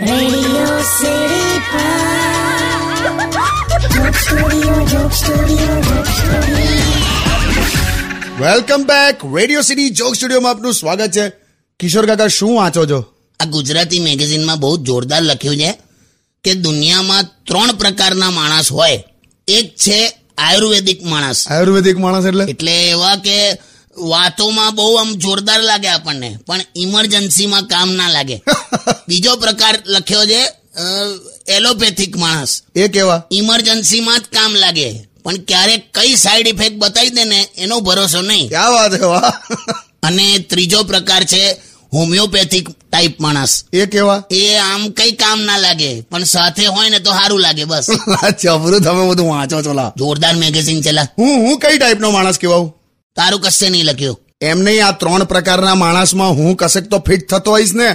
Radio City Pod. Joke Studio, Joke Studio, Joke Studio. Welcome back radio city joke સ્ટુડિયોમાં આપનું સ્વાગત છે કિશોર કાકા શું વાંચો છો આ ગુજરાતી મેગેઝિનમાં બહુ જોરદાર લખ્યું છે કે દુનિયામાં ત્રણ પ્રકારના માણસ હોય એક છે આયુર્વેદિક માણસ આયુર્વેદિક માણસ એટલે એટલે એવા કે વાતોમાં બહુ આમ જોરદાર લાગે આપણને પણ ઇમરજન્સીમાં કામ ના લાગે બીજો પ્રકાર લખ્યો છે અ, એલોપેથિક માણસ એ કેવા ઇમરજન્સીમાં જ કામ લાગે પણ ક્યારેક કઈ સાઈડ ઇફેક્ટ બતાવી દે ને એનો ભરોસો નહીં ક્યાં વાત છે વાહ અને ત્રીજો પ્રકાર છે હોમિયોપેથિક ટાઈપ માણસ એ કેવા એ આમ કઈ કામ ના લાગે પણ સાથે હોય ને તો સારું લાગે બસ ચબરું તમે બધું વાંચો છો લા જોરદાર મેગેઝિન ચલા હું હું કઈ ટાઈપનો માણસ કેવાઉં તારું કશે નહીં લખ્યું એમ નહીં આ ત્રણ પ્રકારના માણસમાં હું કશેક તો ફિટ થતો હોઈશ ને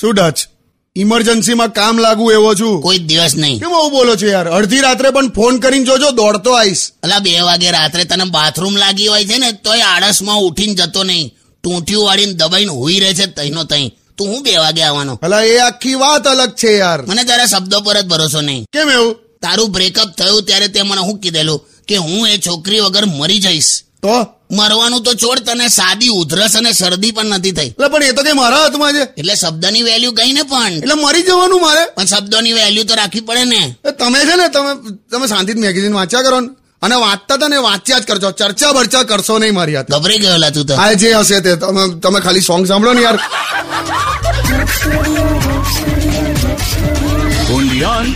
શું ડચ ઇમરજન્સીમાં કામ લાગુ એવો છું કોઈ દિવસ નહીં કેમ આવું બોલો છો યાર અડધી રાત્રે પણ ફોન કરીને જોજો દોડતો આવીશ અલા બે વાગે રાત્રે તને બાથરૂમ લાગી હોય છે ને તોય આળસમાં ઉઠીને જતો નહીં ટૂંટિયું વાળીને દબાઈને હુઈ રહે છે તઈનો તઈ તું હું બે વાગે આવવાનો ભલા એ આખી વાત અલગ છે યાર મને તારા શબ્દો પર જ ભરોસો નહીં કેમ એવું તારું બ્રેકઅપ થયું ત્યારે તે મને હું કીધેલું કે હું એ છોકરી વગર મરી જઈશ તો મરવાનું તો છોડ તને સાદી ઉધરસ અને શરદી પણ નથી થઈ એટલે પણ એ તો કઈ મારા હાથમાં છે એટલે શબ્દની વેલ્યુ કઈ ને પણ એટલે મરી જવાનું મારે પણ શબ્દોની વેલ્યુ તો રાખવી પડે ને એ તમે છે ને તમે તમે શાંતિથી મેગેઝિન વાંચ્યા કરો ને અને વાંચતા હતા ને વાંચ્યા જ કરજો ચર્ચા બર્ચા કરશો નહીં મારી હાથે ગભરાઈ ગયો લા તું તો આ જે હશે તે તમે તમે ખાલી સોંગ સાંભળો ને યાર only on